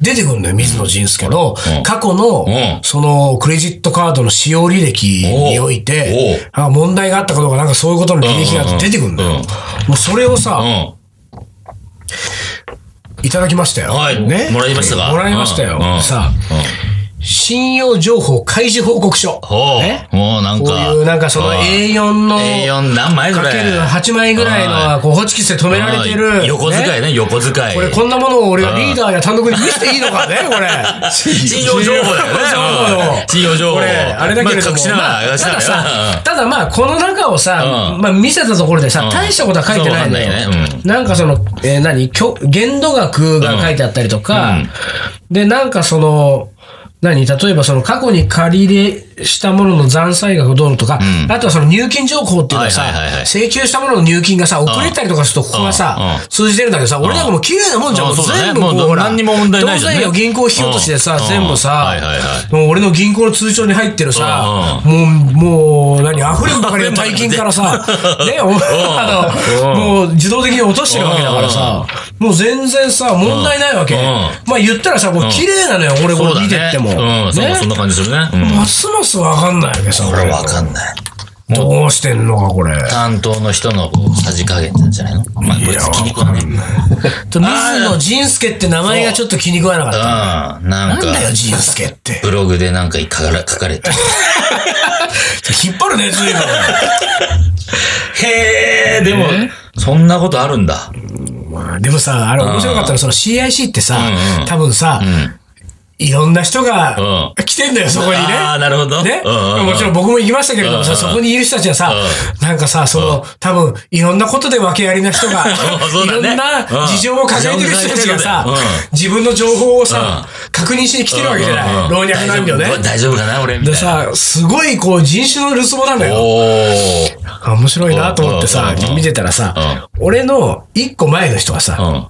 Speaker 1: 出てくるんだよ、水野仁介の、過去の、
Speaker 2: うん
Speaker 1: その、クレジットカードの使用履歴において、あ問題があったかどうか、なんかそういうことの履歴が出てくるんだよ。
Speaker 2: うんうんうん
Speaker 1: もうそれをさ、
Speaker 2: うん。
Speaker 1: いただきましたよ。
Speaker 2: はいもらいましたか
Speaker 1: もらいましたよ。
Speaker 2: うんうん
Speaker 1: さあ、信用情報開示報告書。
Speaker 2: おう
Speaker 1: ね。
Speaker 2: もうなん
Speaker 1: こう
Speaker 2: か。
Speaker 1: いうなんかその
Speaker 2: うん
Speaker 1: A4 の
Speaker 2: A4 何枚ぐ
Speaker 1: から
Speaker 2: い
Speaker 1: ける8枚ぐらいのは、こう、ホチキスで止められて
Speaker 2: う
Speaker 1: る。
Speaker 2: ん横
Speaker 1: ね
Speaker 2: 遣いね、横遣い。
Speaker 1: これ、こんなものを俺がリーダーや単独に見せていいのかね、これ。
Speaker 2: 信用情報だよね。 うん信用情報。
Speaker 1: これ、あれだけれども。
Speaker 2: まあ隠しなが
Speaker 1: まあ
Speaker 2: ら、隠したな
Speaker 1: だ
Speaker 2: が
Speaker 1: さ
Speaker 2: ら。、
Speaker 1: ただまあ、この中をさ
Speaker 2: う、ん
Speaker 1: まあ見せたところでさ
Speaker 2: う、ん
Speaker 1: 大したことは書いてないんだ
Speaker 2: そうわかんないね
Speaker 1: よ。なんかその、えー、何きょ限度額が書いてあったりとか、で、なんかその、何例えばその過去に借り入れしたものの残債額どうのとか、
Speaker 2: うん
Speaker 1: あとはその入金情報っていうのはさ、
Speaker 2: はいはいはいはい
Speaker 1: 請求したものの入金がさ、遅れたりとかするとここがさ
Speaker 2: うんう、ん
Speaker 1: 通じてるんだけどさ、俺なんかもう綺麗なもんじゃん。
Speaker 2: う
Speaker 1: も
Speaker 2: ん
Speaker 1: う
Speaker 2: そうだね
Speaker 1: 全部こう、
Speaker 2: もう
Speaker 1: ほら
Speaker 2: 何にも問題ないじゃんね
Speaker 1: 当然よ銀行引き落としでさ、
Speaker 2: う
Speaker 1: 全
Speaker 2: ん
Speaker 1: 部
Speaker 2: うんはいはいは
Speaker 1: さ
Speaker 2: い、
Speaker 1: もう俺の銀行の通帳に入ってるさ、もう、もう、何、溢れんばかりの大金から さ、 ね、おあの、もう自動的に落としてるわけだからさ、もう全然さ、問題ないわけ。
Speaker 2: うん
Speaker 1: まあ言ったらさ、こう綺麗なのよ、俺こ
Speaker 2: そう
Speaker 1: れ
Speaker 2: だ
Speaker 1: 見てっても。
Speaker 2: ね。うん、そう、そんな感じするね。うん
Speaker 1: 松本スわかんないわけさ、これ。
Speaker 2: わかんない。
Speaker 1: どうしてんのか、これ。
Speaker 2: 担当の人のこうさじ加減なんじゃないのまあ、こいつ気に食わない。うん。
Speaker 1: と水野仁介って名前がちょっと気に食わなかった。
Speaker 2: なん
Speaker 1: なん
Speaker 2: か、
Speaker 1: だよ、仁介って。
Speaker 2: ブログでなんか書かれ書か れて。
Speaker 1: 引っ張るね、随分。
Speaker 2: へえ、でも、そんなことあるんだ。
Speaker 1: まあでもさ、あれ面白かったの、その CIC ってさ
Speaker 2: うんうん、
Speaker 1: 多分さ、いろんな人が
Speaker 2: う
Speaker 1: 来てんだよ、そこにね。
Speaker 2: ああ、なるほど。
Speaker 1: ね、
Speaker 2: うんうん
Speaker 1: もちろん僕も行きましたけれどもさ、
Speaker 2: うん
Speaker 1: そこにいる人たちはさ、なんかさ、その、多分、いろんなことで訳ありな人が、
Speaker 2: うん そう
Speaker 1: い
Speaker 2: だ
Speaker 1: ろ
Speaker 2: ね
Speaker 1: んな事情を抱えてる人たちがさ
Speaker 2: うん、
Speaker 1: 自分の情報をさ、確認しに来てるわけじゃ
Speaker 2: うんうん
Speaker 1: な
Speaker 2: う
Speaker 1: い。
Speaker 2: ん
Speaker 1: 老若男女ね。
Speaker 2: 大丈夫かな、俺みた
Speaker 1: で
Speaker 2: いな。
Speaker 1: さ、すごいこう人種の留守語なんだよ。
Speaker 2: おー。
Speaker 1: あ面白いなと思ってさ
Speaker 2: うんうんう、ん
Speaker 1: 見てたらさ、俺の1個前の人がさ、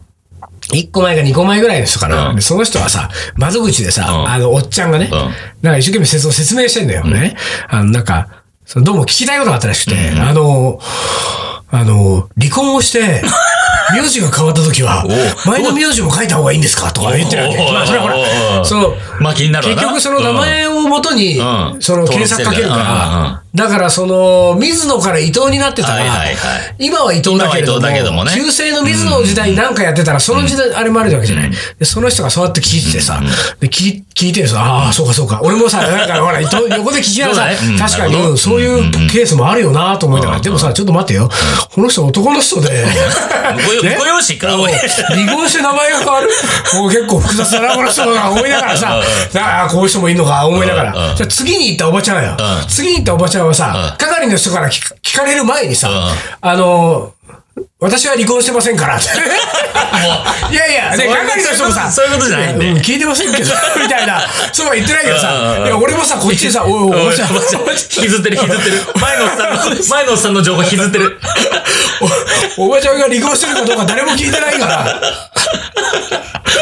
Speaker 1: 一個前か二個前ぐらいの人かな。
Speaker 2: うん
Speaker 1: でその人はさ、窓口でさ、
Speaker 2: うん
Speaker 1: あの、おっちゃんがね、
Speaker 2: うん
Speaker 1: なんか一生懸命説説明してんだよね。あの、なんか、そのどうも聞きたいことがあったらしくて、あの、あの、離婚を して、名字が変わった時は
Speaker 2: おう、
Speaker 1: 前の名字も書いた方がいいんですかとか言ってるわけ。
Speaker 2: おうおう
Speaker 1: まあ、それはほ
Speaker 2: おうおうお
Speaker 1: ら、
Speaker 2: う
Speaker 1: その、
Speaker 2: まあ気になるわ
Speaker 1: 結
Speaker 2: な
Speaker 1: 局その名前をもとに、
Speaker 2: うん
Speaker 1: その検索かけるから、だからその、水野から伊藤になってたら、
Speaker 2: はいはいはい
Speaker 1: 今は伊藤だけれども、
Speaker 2: 今は伊藤だけどもね
Speaker 1: 旧姓の水野の時代になんかやってたら、その時代、あれもあるわけじゃない。で、その人がそうやって聞いててさ、で聞い聞いてるさ、ああ、そうかそうか。俺もさ、なんかほら、伊 藤、横で聞きながらさ
Speaker 2: そうだねうん
Speaker 1: 確かに、
Speaker 2: なるほど
Speaker 1: うんそういうケースもあるよなと思いながら、でもさ、ちょっと待ってよ。この人男の人で、
Speaker 2: 婿
Speaker 1: ね
Speaker 2: 婿養子か、おい。
Speaker 1: 離婚して名前が変わるもう結構複雑だな、この人が思いながらさ、ああ、こういう人もいるのか、思いなが
Speaker 2: うんう
Speaker 1: ら。
Speaker 2: ん
Speaker 1: じゃあ次に行ったおばちゃんよ
Speaker 2: う。ん
Speaker 1: 次に行ったおばちゃんはさ、係の人から聞か聞かれる前にさ
Speaker 2: うん、
Speaker 1: あのー、私は離婚してませんからって。いやいや、で
Speaker 2: そういう
Speaker 1: 係の人もさ、
Speaker 2: そういうことじゃないんで
Speaker 1: う聞いてませんけ ど、みたいな、そうは言ってないけど
Speaker 2: うんうん
Speaker 1: さ
Speaker 2: う、ん
Speaker 1: いや、俺もさ、こっちでさ、おいおい、おばちゃん、
Speaker 2: 引きずってる、引きずってる。前のおっさんの、前のおっさんの情報引きずってる。
Speaker 1: おばちゃんが離婚してるかどうか誰も聞いてない から。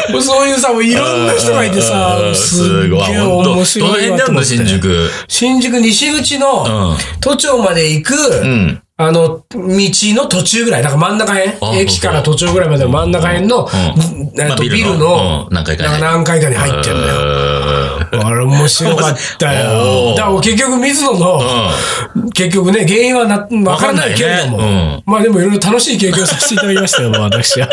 Speaker 1: もうそういうさ、もういろんな人がいてさ
Speaker 2: う、ん
Speaker 1: すっげえ
Speaker 2: ほんと
Speaker 1: 面白い
Speaker 2: どの
Speaker 1: わ
Speaker 2: 辺にあ
Speaker 1: と
Speaker 2: る
Speaker 1: 思っ
Speaker 2: の、
Speaker 1: て
Speaker 2: 新宿。
Speaker 1: 新宿西口
Speaker 2: う
Speaker 1: の
Speaker 2: ん
Speaker 1: 都庁まで行く、
Speaker 2: ん
Speaker 1: あの、道の途中ぐらい、なんか真ん中
Speaker 2: あ
Speaker 1: 辺、駅から途中ぐらいまでの真ん中辺の、
Speaker 2: うん
Speaker 1: え
Speaker 2: ま
Speaker 1: っ
Speaker 2: あ
Speaker 1: と、
Speaker 2: ビルの
Speaker 1: ビルの
Speaker 2: うん何階かに
Speaker 1: なんか何回かに入ってるんだよ。
Speaker 2: よ。
Speaker 1: あれ面白かったよ。
Speaker 2: おー
Speaker 1: だから結局水野の、結局ね、原因はな、わからないけれども。
Speaker 2: わかんないね
Speaker 1: まあでもいろいろ楽しい経験をさせていただきましたよ、もう私 は。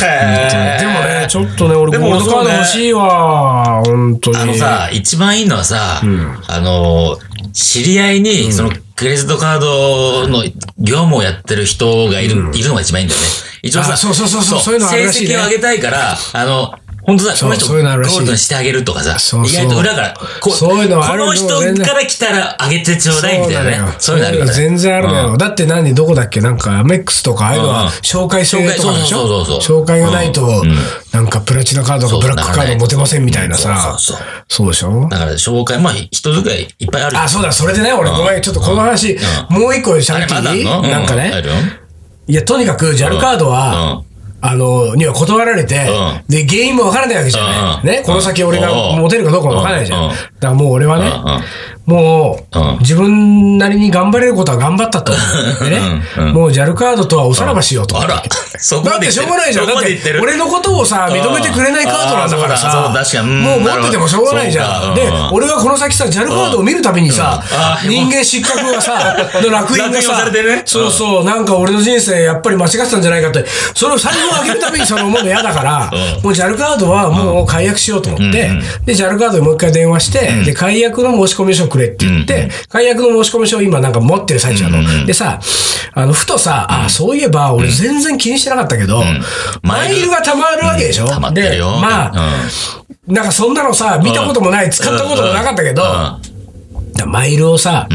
Speaker 1: でもね、ちょっとね、俺
Speaker 2: で
Speaker 1: ゴー
Speaker 2: も
Speaker 1: ルドカード欲しいわ、本当に。
Speaker 2: あのさ、一番いいのはさ、あの、知り合いに、その、クレジットカードの業務をやってる人がいる、いるのが一番いいんだよね。一応
Speaker 1: あ
Speaker 2: さ、
Speaker 1: そうそうそうそうそういうのあるらしいね
Speaker 2: 成績を上げたいから、あの、本当だ、
Speaker 1: そ
Speaker 2: こ
Speaker 1: う
Speaker 2: の人、
Speaker 1: そ
Speaker 2: ゴ
Speaker 1: うい
Speaker 2: ー
Speaker 1: うのある
Speaker 2: ル
Speaker 1: らしい
Speaker 2: ドにしてあげるとかさ、
Speaker 1: そうそう
Speaker 2: 意外と裏から、こ
Speaker 1: そういうのある
Speaker 2: この人
Speaker 1: 全然
Speaker 2: から来たらあげてちょうだいみたいなね。そういうのあるからね。
Speaker 1: 全然あるのよ。
Speaker 2: うん
Speaker 1: だって何、どこだっけなんか、アメックスとか、ああいうの
Speaker 2: うん
Speaker 1: は、紹介制とかでしょ
Speaker 2: 紹介そうそうそうそう
Speaker 1: 紹介がないと
Speaker 2: うんうん、
Speaker 1: なんか、プラチナカード
Speaker 2: そ
Speaker 1: か
Speaker 2: う
Speaker 1: ブラックカード持てませんみたいなさ。
Speaker 2: そうそうそう
Speaker 1: そうでしょ
Speaker 2: だから、紹介、まあ、人使いいっぱいあるよ
Speaker 1: あ、そうだ、それでね、俺、ごめん、ちょっとこの話、
Speaker 2: う
Speaker 1: もう一個
Speaker 2: あ
Speaker 1: 喋
Speaker 2: れ
Speaker 1: って
Speaker 2: まだあ
Speaker 1: いい
Speaker 2: んのう
Speaker 1: なんか
Speaker 2: あ
Speaker 1: ね。
Speaker 2: るよ
Speaker 1: いや、とにかく、JAL カードは、あの、には断られて、
Speaker 2: う
Speaker 1: で、原因もわからないわけじゃない。
Speaker 2: うん
Speaker 1: ね、この先俺が
Speaker 2: うん
Speaker 1: 持てるかどうかもわからないじゃん。
Speaker 2: うん
Speaker 1: だからもう俺はね、もう、
Speaker 2: うん
Speaker 1: 自分なりに頑張れることは頑張ったと思ってね、
Speaker 2: うんうん
Speaker 1: もう JAL カードとはおさらばしようと思
Speaker 2: あ
Speaker 1: って。
Speaker 2: ら、そこ
Speaker 1: だ
Speaker 2: ま
Speaker 1: っ
Speaker 2: で
Speaker 1: て
Speaker 2: 言
Speaker 1: しょう
Speaker 2: て
Speaker 1: が
Speaker 2: る
Speaker 1: ないじゃん。
Speaker 2: そ
Speaker 1: だ
Speaker 2: こ
Speaker 1: っ
Speaker 2: ま
Speaker 1: て
Speaker 2: で言ってる、
Speaker 1: 俺のことをさ、認めてくれないカードなんだから
Speaker 2: あーそう
Speaker 1: さ
Speaker 2: だそうだ確かにうん
Speaker 1: もう持っててもしょうがないじ
Speaker 2: なる
Speaker 1: ゃん。
Speaker 2: ほ
Speaker 1: で
Speaker 2: どうん、
Speaker 1: 俺はこの先さ、JAL カードを見るたびにさ
Speaker 2: うんあ、ー
Speaker 1: 人間失格がさ、 の楽園が
Speaker 2: 落印をさ
Speaker 1: さ
Speaker 2: れてねう、ん
Speaker 1: そうそう、なんか俺の人生やっぱり間違ってたんじゃないかって、それを財布を開けるたびにそれ思うの嫌だから
Speaker 2: う、ん
Speaker 1: もう JAL カードはもう解約しようと思って
Speaker 2: うんうん、
Speaker 1: で、JAL カードにもう一回電話して、で、解約の申し込み書くれって言っ
Speaker 2: うん
Speaker 1: て、解約の申し込み書を今なんか持ってる最中な
Speaker 2: うんうん
Speaker 1: の。
Speaker 2: うん
Speaker 1: でさ、あの、ふとさ、あ、そういえば俺全然気にしてなかったけど、マ
Speaker 2: マイル
Speaker 1: イルが溜まるわけでしょ
Speaker 2: 溜まってるよ。
Speaker 1: でまあ、なんかそんなのさ、見たこともない、使ったこともなかったけど、だからマイルをさ、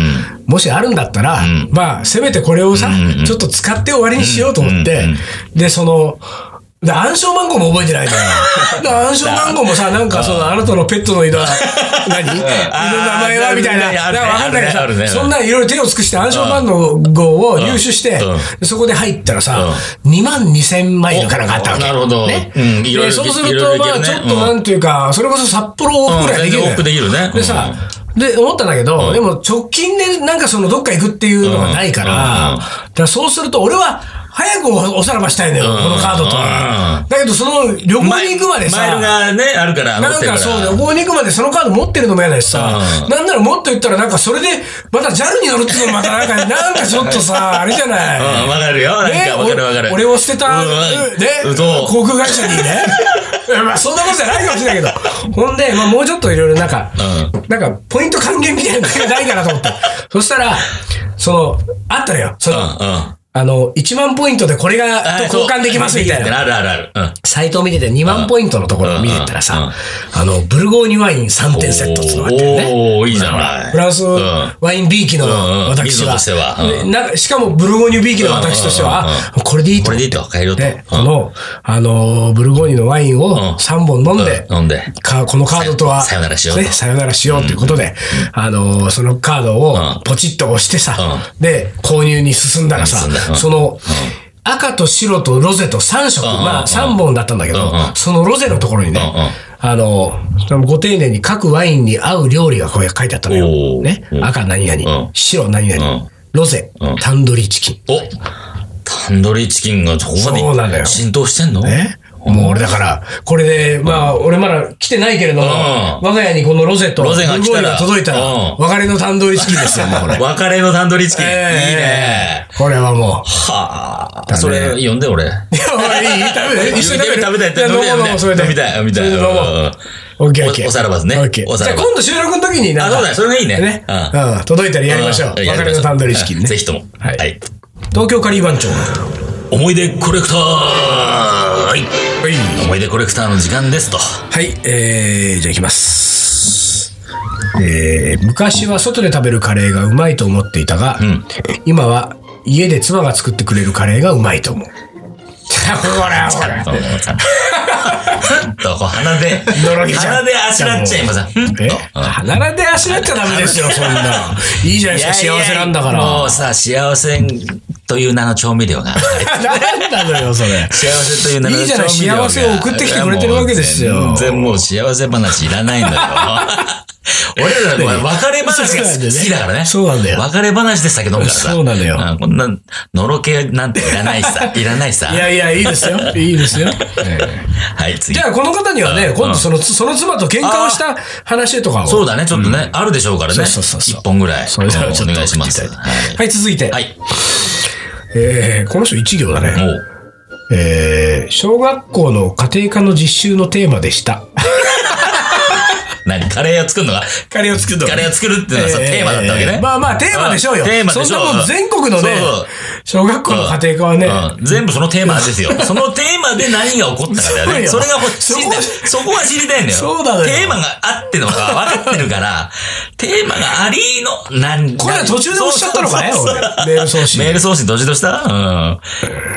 Speaker 2: う
Speaker 1: もしあるんだったら、
Speaker 2: ん
Speaker 1: まあ、せめてこれをさ、
Speaker 2: うんうん
Speaker 1: ちょっと使って終わりにしようと思って、
Speaker 2: うんうん
Speaker 1: で、その、で暗証番号も覚えてないの よ。で暗証番号もさ、なんかその、あなたのペットの色 は、何犬の名前は
Speaker 2: あー
Speaker 1: みたいな。な
Speaker 2: あ
Speaker 1: ん
Speaker 2: るね
Speaker 1: かわかんないけど
Speaker 2: あるねある
Speaker 1: さ、
Speaker 2: ね
Speaker 1: そんないろいろ手を尽くして暗証番号を入手して
Speaker 2: うんうん、
Speaker 1: でそこで入ったらさ、2万2000マイルかなんかあったわけ。
Speaker 2: おなるほど
Speaker 1: ね
Speaker 2: うんいろいろ
Speaker 1: でそうする
Speaker 2: いろ
Speaker 1: と、
Speaker 2: いろい
Speaker 1: ま
Speaker 2: け
Speaker 1: あ
Speaker 2: るね
Speaker 1: ちょっとなんていうか、それこそ札幌往復ぐらいできるのよ。
Speaker 2: うん全然往復できるね
Speaker 1: でさ、で、思ったんだけど、
Speaker 2: うん
Speaker 1: でも直近でなんかそのどっか行くっていうのがないから、
Speaker 2: うんうんうん
Speaker 1: だからそうすると俺は、早くおおさらばしたいのよ、
Speaker 2: うん
Speaker 1: このカードとは
Speaker 2: う。
Speaker 1: だけど、その旅行に行くまで
Speaker 2: マイル
Speaker 1: さ、
Speaker 2: がね、あるから、持
Speaker 1: な
Speaker 2: っ
Speaker 1: ん
Speaker 2: てる
Speaker 1: か
Speaker 2: から。
Speaker 1: そう、旅行に行くまでそのカード持ってるのも嫌だしさ、
Speaker 2: うん
Speaker 1: なんならもっと言ったらなんかそれで、また JAL に乗るっていうのもまたなんか、なんかちょっとさ、あれじゃない。
Speaker 2: うん、わかるよ。なん
Speaker 1: ね
Speaker 2: か、わかるわかる。
Speaker 1: 俺を捨てた、
Speaker 2: うんうん
Speaker 1: ね、
Speaker 2: うんそう。
Speaker 1: 航空会社にね。 まあ、そんなことじゃないかもしれないけど。ほんで、まあ、もうちょっといろいろなんか、
Speaker 2: う
Speaker 1: なんか、ポイント還元みたいなのがないかなと思って。そしたら、その、あったのよ。そ
Speaker 2: うん、
Speaker 1: の、
Speaker 2: うん。
Speaker 1: あの、1万ポイントでこれが、と交換できますみたいな。
Speaker 2: あるあるある。うん。
Speaker 1: サイトを見てて2万ポイントのところを見てたらさ、あの、ブルゴーニュワイン3点セットっていうのがあってね。
Speaker 2: おー、いいじゃない。
Speaker 1: フランス
Speaker 2: うん
Speaker 1: ワイン B 期の私
Speaker 2: うんうん水野として
Speaker 1: は
Speaker 2: はう、
Speaker 1: でなんかしかもブルゴーニュ B 期の私としては、
Speaker 2: うんうんうん
Speaker 1: あこれでいいと
Speaker 2: こ
Speaker 1: 思
Speaker 2: れ
Speaker 1: っ
Speaker 2: でい
Speaker 1: て
Speaker 2: いと、帰ろうと。
Speaker 1: で、こ
Speaker 2: うん
Speaker 1: の、あのー、ブルゴーニュのワインを
Speaker 2: ん
Speaker 1: 3本飲んで、
Speaker 2: うん飲んで
Speaker 1: かこのカードとは、
Speaker 2: さよさよならしようと
Speaker 1: ね、さよならしようということで、あのー、そのカードを
Speaker 2: うん
Speaker 1: ポチッと押してさ、で、購入に進んだらさ、
Speaker 2: うん進んだうん
Speaker 1: その、赤と白とロゼと3色、
Speaker 2: うんうん
Speaker 1: まあ3本だったんだけど、
Speaker 2: うんうん
Speaker 1: そのロゼのところにね、
Speaker 2: うんうん
Speaker 1: あのー、ご丁寧に各ワインに合う料理がこう書いてあったの
Speaker 2: お
Speaker 1: よ。
Speaker 2: ー
Speaker 1: ね
Speaker 2: う、ん
Speaker 1: 赤何々、
Speaker 2: うん
Speaker 1: 白何々、
Speaker 2: うん
Speaker 1: ロゼ、
Speaker 2: うん
Speaker 1: タンドリーチキン。
Speaker 2: おタンドリーチキンがそこ
Speaker 1: そうな
Speaker 2: ま
Speaker 1: のよ
Speaker 2: で浸透してんの
Speaker 1: ね。もう俺だから、これで、まあ、俺まだ来てないけれども、
Speaker 2: うん
Speaker 1: 我が家にこのロゼと、
Speaker 2: ロゼが来
Speaker 1: ブル
Speaker 2: たら
Speaker 1: ゴーニュが届いたら
Speaker 2: う、ん
Speaker 1: 別れのタンドリーチキンですよ、も うこれ。
Speaker 2: 別れのタンドリーチキン。いいね。
Speaker 1: これはも
Speaker 2: は
Speaker 1: だ
Speaker 2: あ。
Speaker 1: ね
Speaker 2: それ、読んで、俺。
Speaker 1: う。いや、俺いい、食 べる一緒に食べる。
Speaker 2: 食べたい
Speaker 1: や飲もう飲もう、それで。
Speaker 2: 飲みたい飲みたい
Speaker 1: それで飲も
Speaker 2: うんうんうん
Speaker 1: う。オッケーオッケー。
Speaker 2: おおさらばですね
Speaker 1: オッケー。
Speaker 2: お
Speaker 1: じ
Speaker 2: さ
Speaker 1: ゃ
Speaker 2: ら
Speaker 1: あ
Speaker 2: ば
Speaker 1: 今度収録の時にな
Speaker 2: あ、
Speaker 1: んか
Speaker 2: そうだよ。それがいいね。
Speaker 1: ね。
Speaker 2: うん
Speaker 1: うん。届いたらやりましょう。
Speaker 2: んやり
Speaker 1: 別
Speaker 2: ま
Speaker 1: れ
Speaker 2: しょ
Speaker 1: の
Speaker 2: う
Speaker 1: タンドリーチキンね。
Speaker 2: ぜひとも。
Speaker 1: はい
Speaker 2: はい。
Speaker 1: 東京カリー番長。は
Speaker 2: 思い出コレクターはい。
Speaker 1: い。
Speaker 2: 思い出コレクターの時間ですと。
Speaker 1: はい、えー、じゃあいきます。えー、昔は外で食べるカレーがうまいと思っていたが、
Speaker 2: ん
Speaker 1: 今は家で妻が作ってくれるカレーがうまい と思う。こら
Speaker 2: ち
Speaker 1: こ
Speaker 2: ゃん
Speaker 1: ら。
Speaker 2: と、ちゃんと。ふっと、こう鼻で、
Speaker 1: のろけちゃう
Speaker 2: 鼻であしらっちゃいません。ふっと
Speaker 1: え
Speaker 2: うん
Speaker 1: 離れてあしらっちゃダメですよ、そんな。いいじゃないです
Speaker 2: いや
Speaker 1: か、
Speaker 2: いや
Speaker 1: 幸せなんだから。
Speaker 2: もうさ、幸せという名の調味料 が。
Speaker 1: なんなのよ、それ。
Speaker 2: 幸せという名の調
Speaker 1: い
Speaker 2: 味料が。
Speaker 1: いじゃない幸せを送ってきてくれてるわけですよ
Speaker 2: もう全然もう幸せ話いらないん だよ。俺らは別れ話が好きだからね。
Speaker 1: そうなんだよ
Speaker 2: 別れ話で酒飲むからさ。
Speaker 1: そうなのよ
Speaker 2: んこんな、のろけなんていらない しさ。いらないしさ。
Speaker 1: いやいや、いいですよ。いいですよ。ええ
Speaker 2: はい、次
Speaker 1: じ。ゃあ、この方にはね、今度その、その妻と喧嘩をした話とかを。
Speaker 2: そうだね、ちょっとね、あるでしょうからね。
Speaker 1: そうそうそうそう
Speaker 2: 一本ぐらい。
Speaker 1: それではちょ
Speaker 2: お
Speaker 1: っと
Speaker 2: 願いします。
Speaker 1: 送っていただいて
Speaker 2: は
Speaker 1: はい、続いて。
Speaker 2: い。はい。
Speaker 1: えーこの人一行だね。
Speaker 2: も
Speaker 1: えー小学校の家庭科の実習のテーマでした。
Speaker 2: う、何カレーを作るのが
Speaker 1: カレーを作る
Speaker 2: カレーを作るっていうのがさ、
Speaker 1: えー
Speaker 2: テーマだったわけね。
Speaker 1: まあまあ、テーマでしょうよ。
Speaker 2: んテーマでしょう
Speaker 1: そんなもん全国のね
Speaker 2: そうそう、
Speaker 1: 小学校の家庭科はね、
Speaker 2: うん全部そのテーマですよ。 そのテーマで何が起こったかだよね。
Speaker 1: そ
Speaker 2: そう
Speaker 1: よ
Speaker 2: れが欲しいんだよ。そこは知りたいんだよ。
Speaker 1: そうなのよ
Speaker 2: テーマがあってのが分かってるから、テーマがありの、なん
Speaker 1: これは途中で押しちゃったのかね、
Speaker 2: そうそうそう
Speaker 1: 俺メール送信
Speaker 2: メー。ル送信どしどしたうん。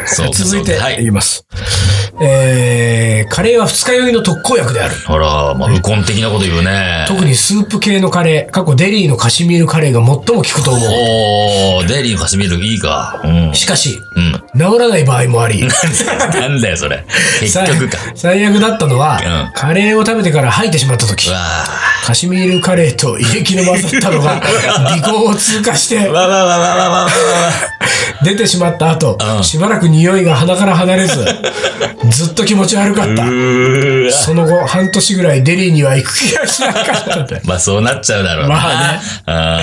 Speaker 2: そうか
Speaker 1: 続いて
Speaker 2: そうかは、
Speaker 1: いき
Speaker 2: い。
Speaker 1: ます。えーカレーは二日酔いの特効薬である。
Speaker 2: ほら、まあ、無根的なこと言うね。
Speaker 1: 特にスープ系のカレー、過去デリーのカシミールカレーが最も効くと思う。
Speaker 2: おー、デリーのカシミールいいか。うん。
Speaker 1: しかし、
Speaker 2: うん。
Speaker 1: 治らない場合もあり、
Speaker 2: なんだよ、それ。結局か。
Speaker 1: 最最悪だったのは、
Speaker 2: うん
Speaker 1: カレーを食べてから吐いてしまった時
Speaker 2: う、わー
Speaker 1: カシミールカレーと胃液の混ざったの が、鼻孔を通過して
Speaker 2: わわわわわわわわ。
Speaker 1: 出てしまった後、
Speaker 2: うん
Speaker 1: しばらく匂いが鼻から離れず、ずっと気持ち悪かっ
Speaker 2: う
Speaker 1: た。
Speaker 2: ーわ
Speaker 1: その後、半年ぐらいデリーには行く気がしなかったんだよ。
Speaker 2: まあそうなっちゃうだろうな。
Speaker 1: まあね
Speaker 2: あね。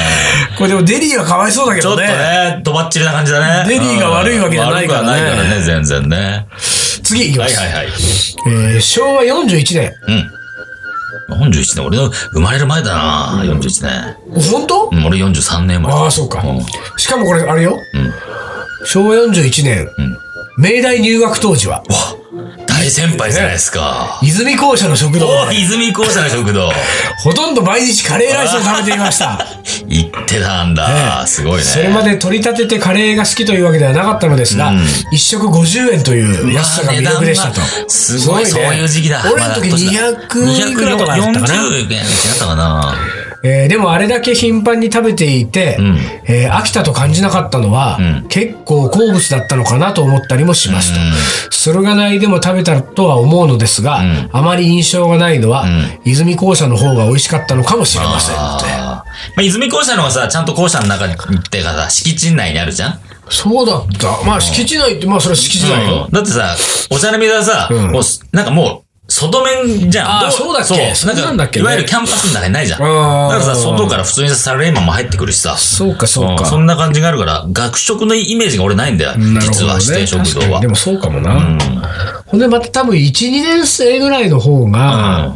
Speaker 1: これでもデリーはかわいそうだけ
Speaker 2: ちょっ
Speaker 1: ど
Speaker 2: と
Speaker 1: ね。
Speaker 2: ね、とばっちりな感じだね。
Speaker 1: デリーが悪いわけじゃないからね
Speaker 2: うん悪くはないからね、全然ね。
Speaker 1: 次行きま
Speaker 2: はい
Speaker 1: す、
Speaker 2: はいはい。
Speaker 1: えー昭和41年。
Speaker 2: うん。41年、俺の生まれる前だな、41年。
Speaker 1: 本当、
Speaker 2: うん、俺43年生ま
Speaker 1: あ
Speaker 2: れ。
Speaker 1: あ、そうか
Speaker 2: ん。
Speaker 1: しかもこれ、あれよ。
Speaker 2: ん
Speaker 1: 昭和41年、明大入学当時は、
Speaker 2: 大先輩じゃないですか。
Speaker 1: 泉校舎の食堂
Speaker 2: お
Speaker 1: で、
Speaker 2: 泉校舎の 食堂。
Speaker 1: ほとんど毎日カレーライスを食べていま した。
Speaker 2: 行ってたんだ。すごいね。
Speaker 1: それまで取り立ててカレーが好きというわけではなかったのですが、一食50円という安さが魅力でしたと
Speaker 2: まあ値段。がすごい、
Speaker 1: す
Speaker 2: そ
Speaker 1: ご
Speaker 2: う
Speaker 1: いね
Speaker 2: いう時期だ。
Speaker 1: 俺の時200いくらとかだったかな
Speaker 2: 240円ってなったかな。
Speaker 1: えーでもあれだけ頻繁に食べていて、
Speaker 2: ん
Speaker 1: えー飽きたと感じなかったのは、
Speaker 2: うん
Speaker 1: 結構好物だったのかなと思ったりもしますと。それがないでも食べたとは思うのですが、
Speaker 2: ん
Speaker 1: あまり印象がないのは、泉校舎の方が美味しかったのかもしれませんって。
Speaker 2: あーまあ、泉校舎の方がさ、ちゃんと校舎の中にってかさ、敷地内にあるじゃん
Speaker 1: そうだった。まあ、敷地内って、まあ、それは敷地内よ。
Speaker 2: だってさ、お茶の水はさ、
Speaker 1: うん
Speaker 2: もうす、なんかもう、外面じゃん。
Speaker 1: あー
Speaker 2: ど
Speaker 1: そうだっけ
Speaker 2: そう。
Speaker 1: そ
Speaker 2: な
Speaker 1: うなんん
Speaker 2: か、
Speaker 1: だっけ
Speaker 2: い
Speaker 1: ね
Speaker 2: わゆるキャンパスの中にないじゃん。だ
Speaker 1: あー
Speaker 2: からさ、外から普通にさサラリーマンも入ってくるしさ。
Speaker 1: そうか、そう
Speaker 2: うん
Speaker 1: か。
Speaker 2: そんな感じがあるから、学食のイメージが俺ないんだよ。
Speaker 1: なるほ
Speaker 2: 実
Speaker 1: ど
Speaker 2: は、
Speaker 1: ね
Speaker 2: 指定食
Speaker 1: 確
Speaker 2: 堂
Speaker 1: か
Speaker 2: は
Speaker 1: にで。もそうかもな。ほんで、また多分1、2年生ぐらいの方が、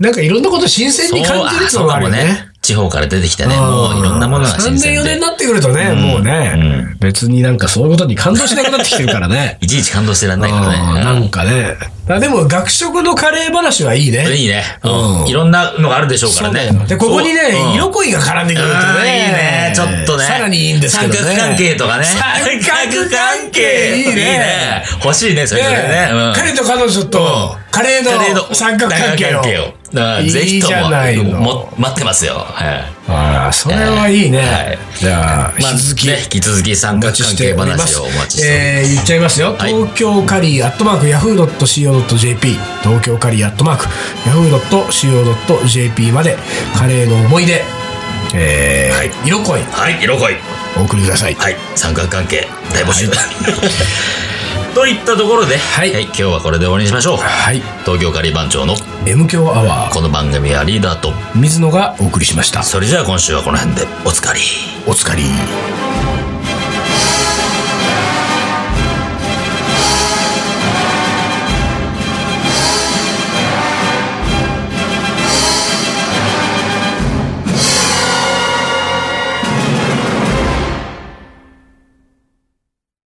Speaker 1: なんかいろんなこと新鮮
Speaker 2: そう
Speaker 1: に感じる
Speaker 2: あ
Speaker 1: って
Speaker 2: そ
Speaker 1: の
Speaker 2: う
Speaker 1: があ
Speaker 2: か
Speaker 1: る
Speaker 2: も
Speaker 1: よね。
Speaker 2: ね。地方から出てきてね、も
Speaker 1: あ
Speaker 2: ういろんなものが新鮮
Speaker 1: 3年4年
Speaker 2: で。
Speaker 1: に。なってくるとね、もうね、別になんかそういうことに感動しなくなってきてるからね
Speaker 2: いちいち感動してらんないから
Speaker 1: あー
Speaker 2: ね。
Speaker 1: な
Speaker 2: うん
Speaker 1: んかね。あでも学食のカレー話はいい
Speaker 2: それ
Speaker 1: ね。
Speaker 2: いいね。
Speaker 1: うん
Speaker 2: うんいろんなのがあるでしょうからね。
Speaker 1: で、ここに
Speaker 2: そうう
Speaker 1: ね、
Speaker 2: ん
Speaker 1: 色恋が絡んでくると
Speaker 2: うんいいね
Speaker 1: ね。
Speaker 2: ちょっとね。
Speaker 1: さらにいいんですけどね。
Speaker 2: 三角関係とかね。
Speaker 1: 三角関係
Speaker 2: い
Speaker 1: い
Speaker 2: い
Speaker 1: い
Speaker 2: ね
Speaker 1: ね。
Speaker 2: 欲しいね、それぞれね。うん
Speaker 1: 彼と彼女とカレ
Speaker 2: カレ
Speaker 1: ー
Speaker 2: ー
Speaker 1: の三角関係を。
Speaker 2: 三角関係をうん
Speaker 1: いい
Speaker 2: ぜひと
Speaker 1: じ
Speaker 2: も
Speaker 1: ゃないの
Speaker 2: も待ってますよ。はい
Speaker 1: ああ、それはいいね。
Speaker 2: はい
Speaker 1: じゃあ、
Speaker 2: まあ
Speaker 1: 引き続き、
Speaker 2: ね引き続き
Speaker 1: お
Speaker 2: 三角
Speaker 1: 待ちし
Speaker 2: 関係
Speaker 1: ておりま
Speaker 2: 話
Speaker 1: す
Speaker 2: をお待ち。して
Speaker 1: えー、言っちゃいますよ。
Speaker 2: はい
Speaker 1: 東京カリーアットマーク、ヤフー .co.jp。東京カリーアットマーク、ヤフー .co.jp まで、カレーの思い出、えー色恋、
Speaker 2: はい、色恋。
Speaker 1: お送りください。
Speaker 2: はい、三角関係大募集。 といったところで、はい今日はこれで終わりにしましょう。
Speaker 1: はい。
Speaker 2: 東京カリー番長の
Speaker 1: M 強アワ
Speaker 2: この番組はリーダーと、
Speaker 1: ー、水野がお送りしました。
Speaker 2: それじゃあ今週はこの辺でおつかり。
Speaker 1: お疲れ。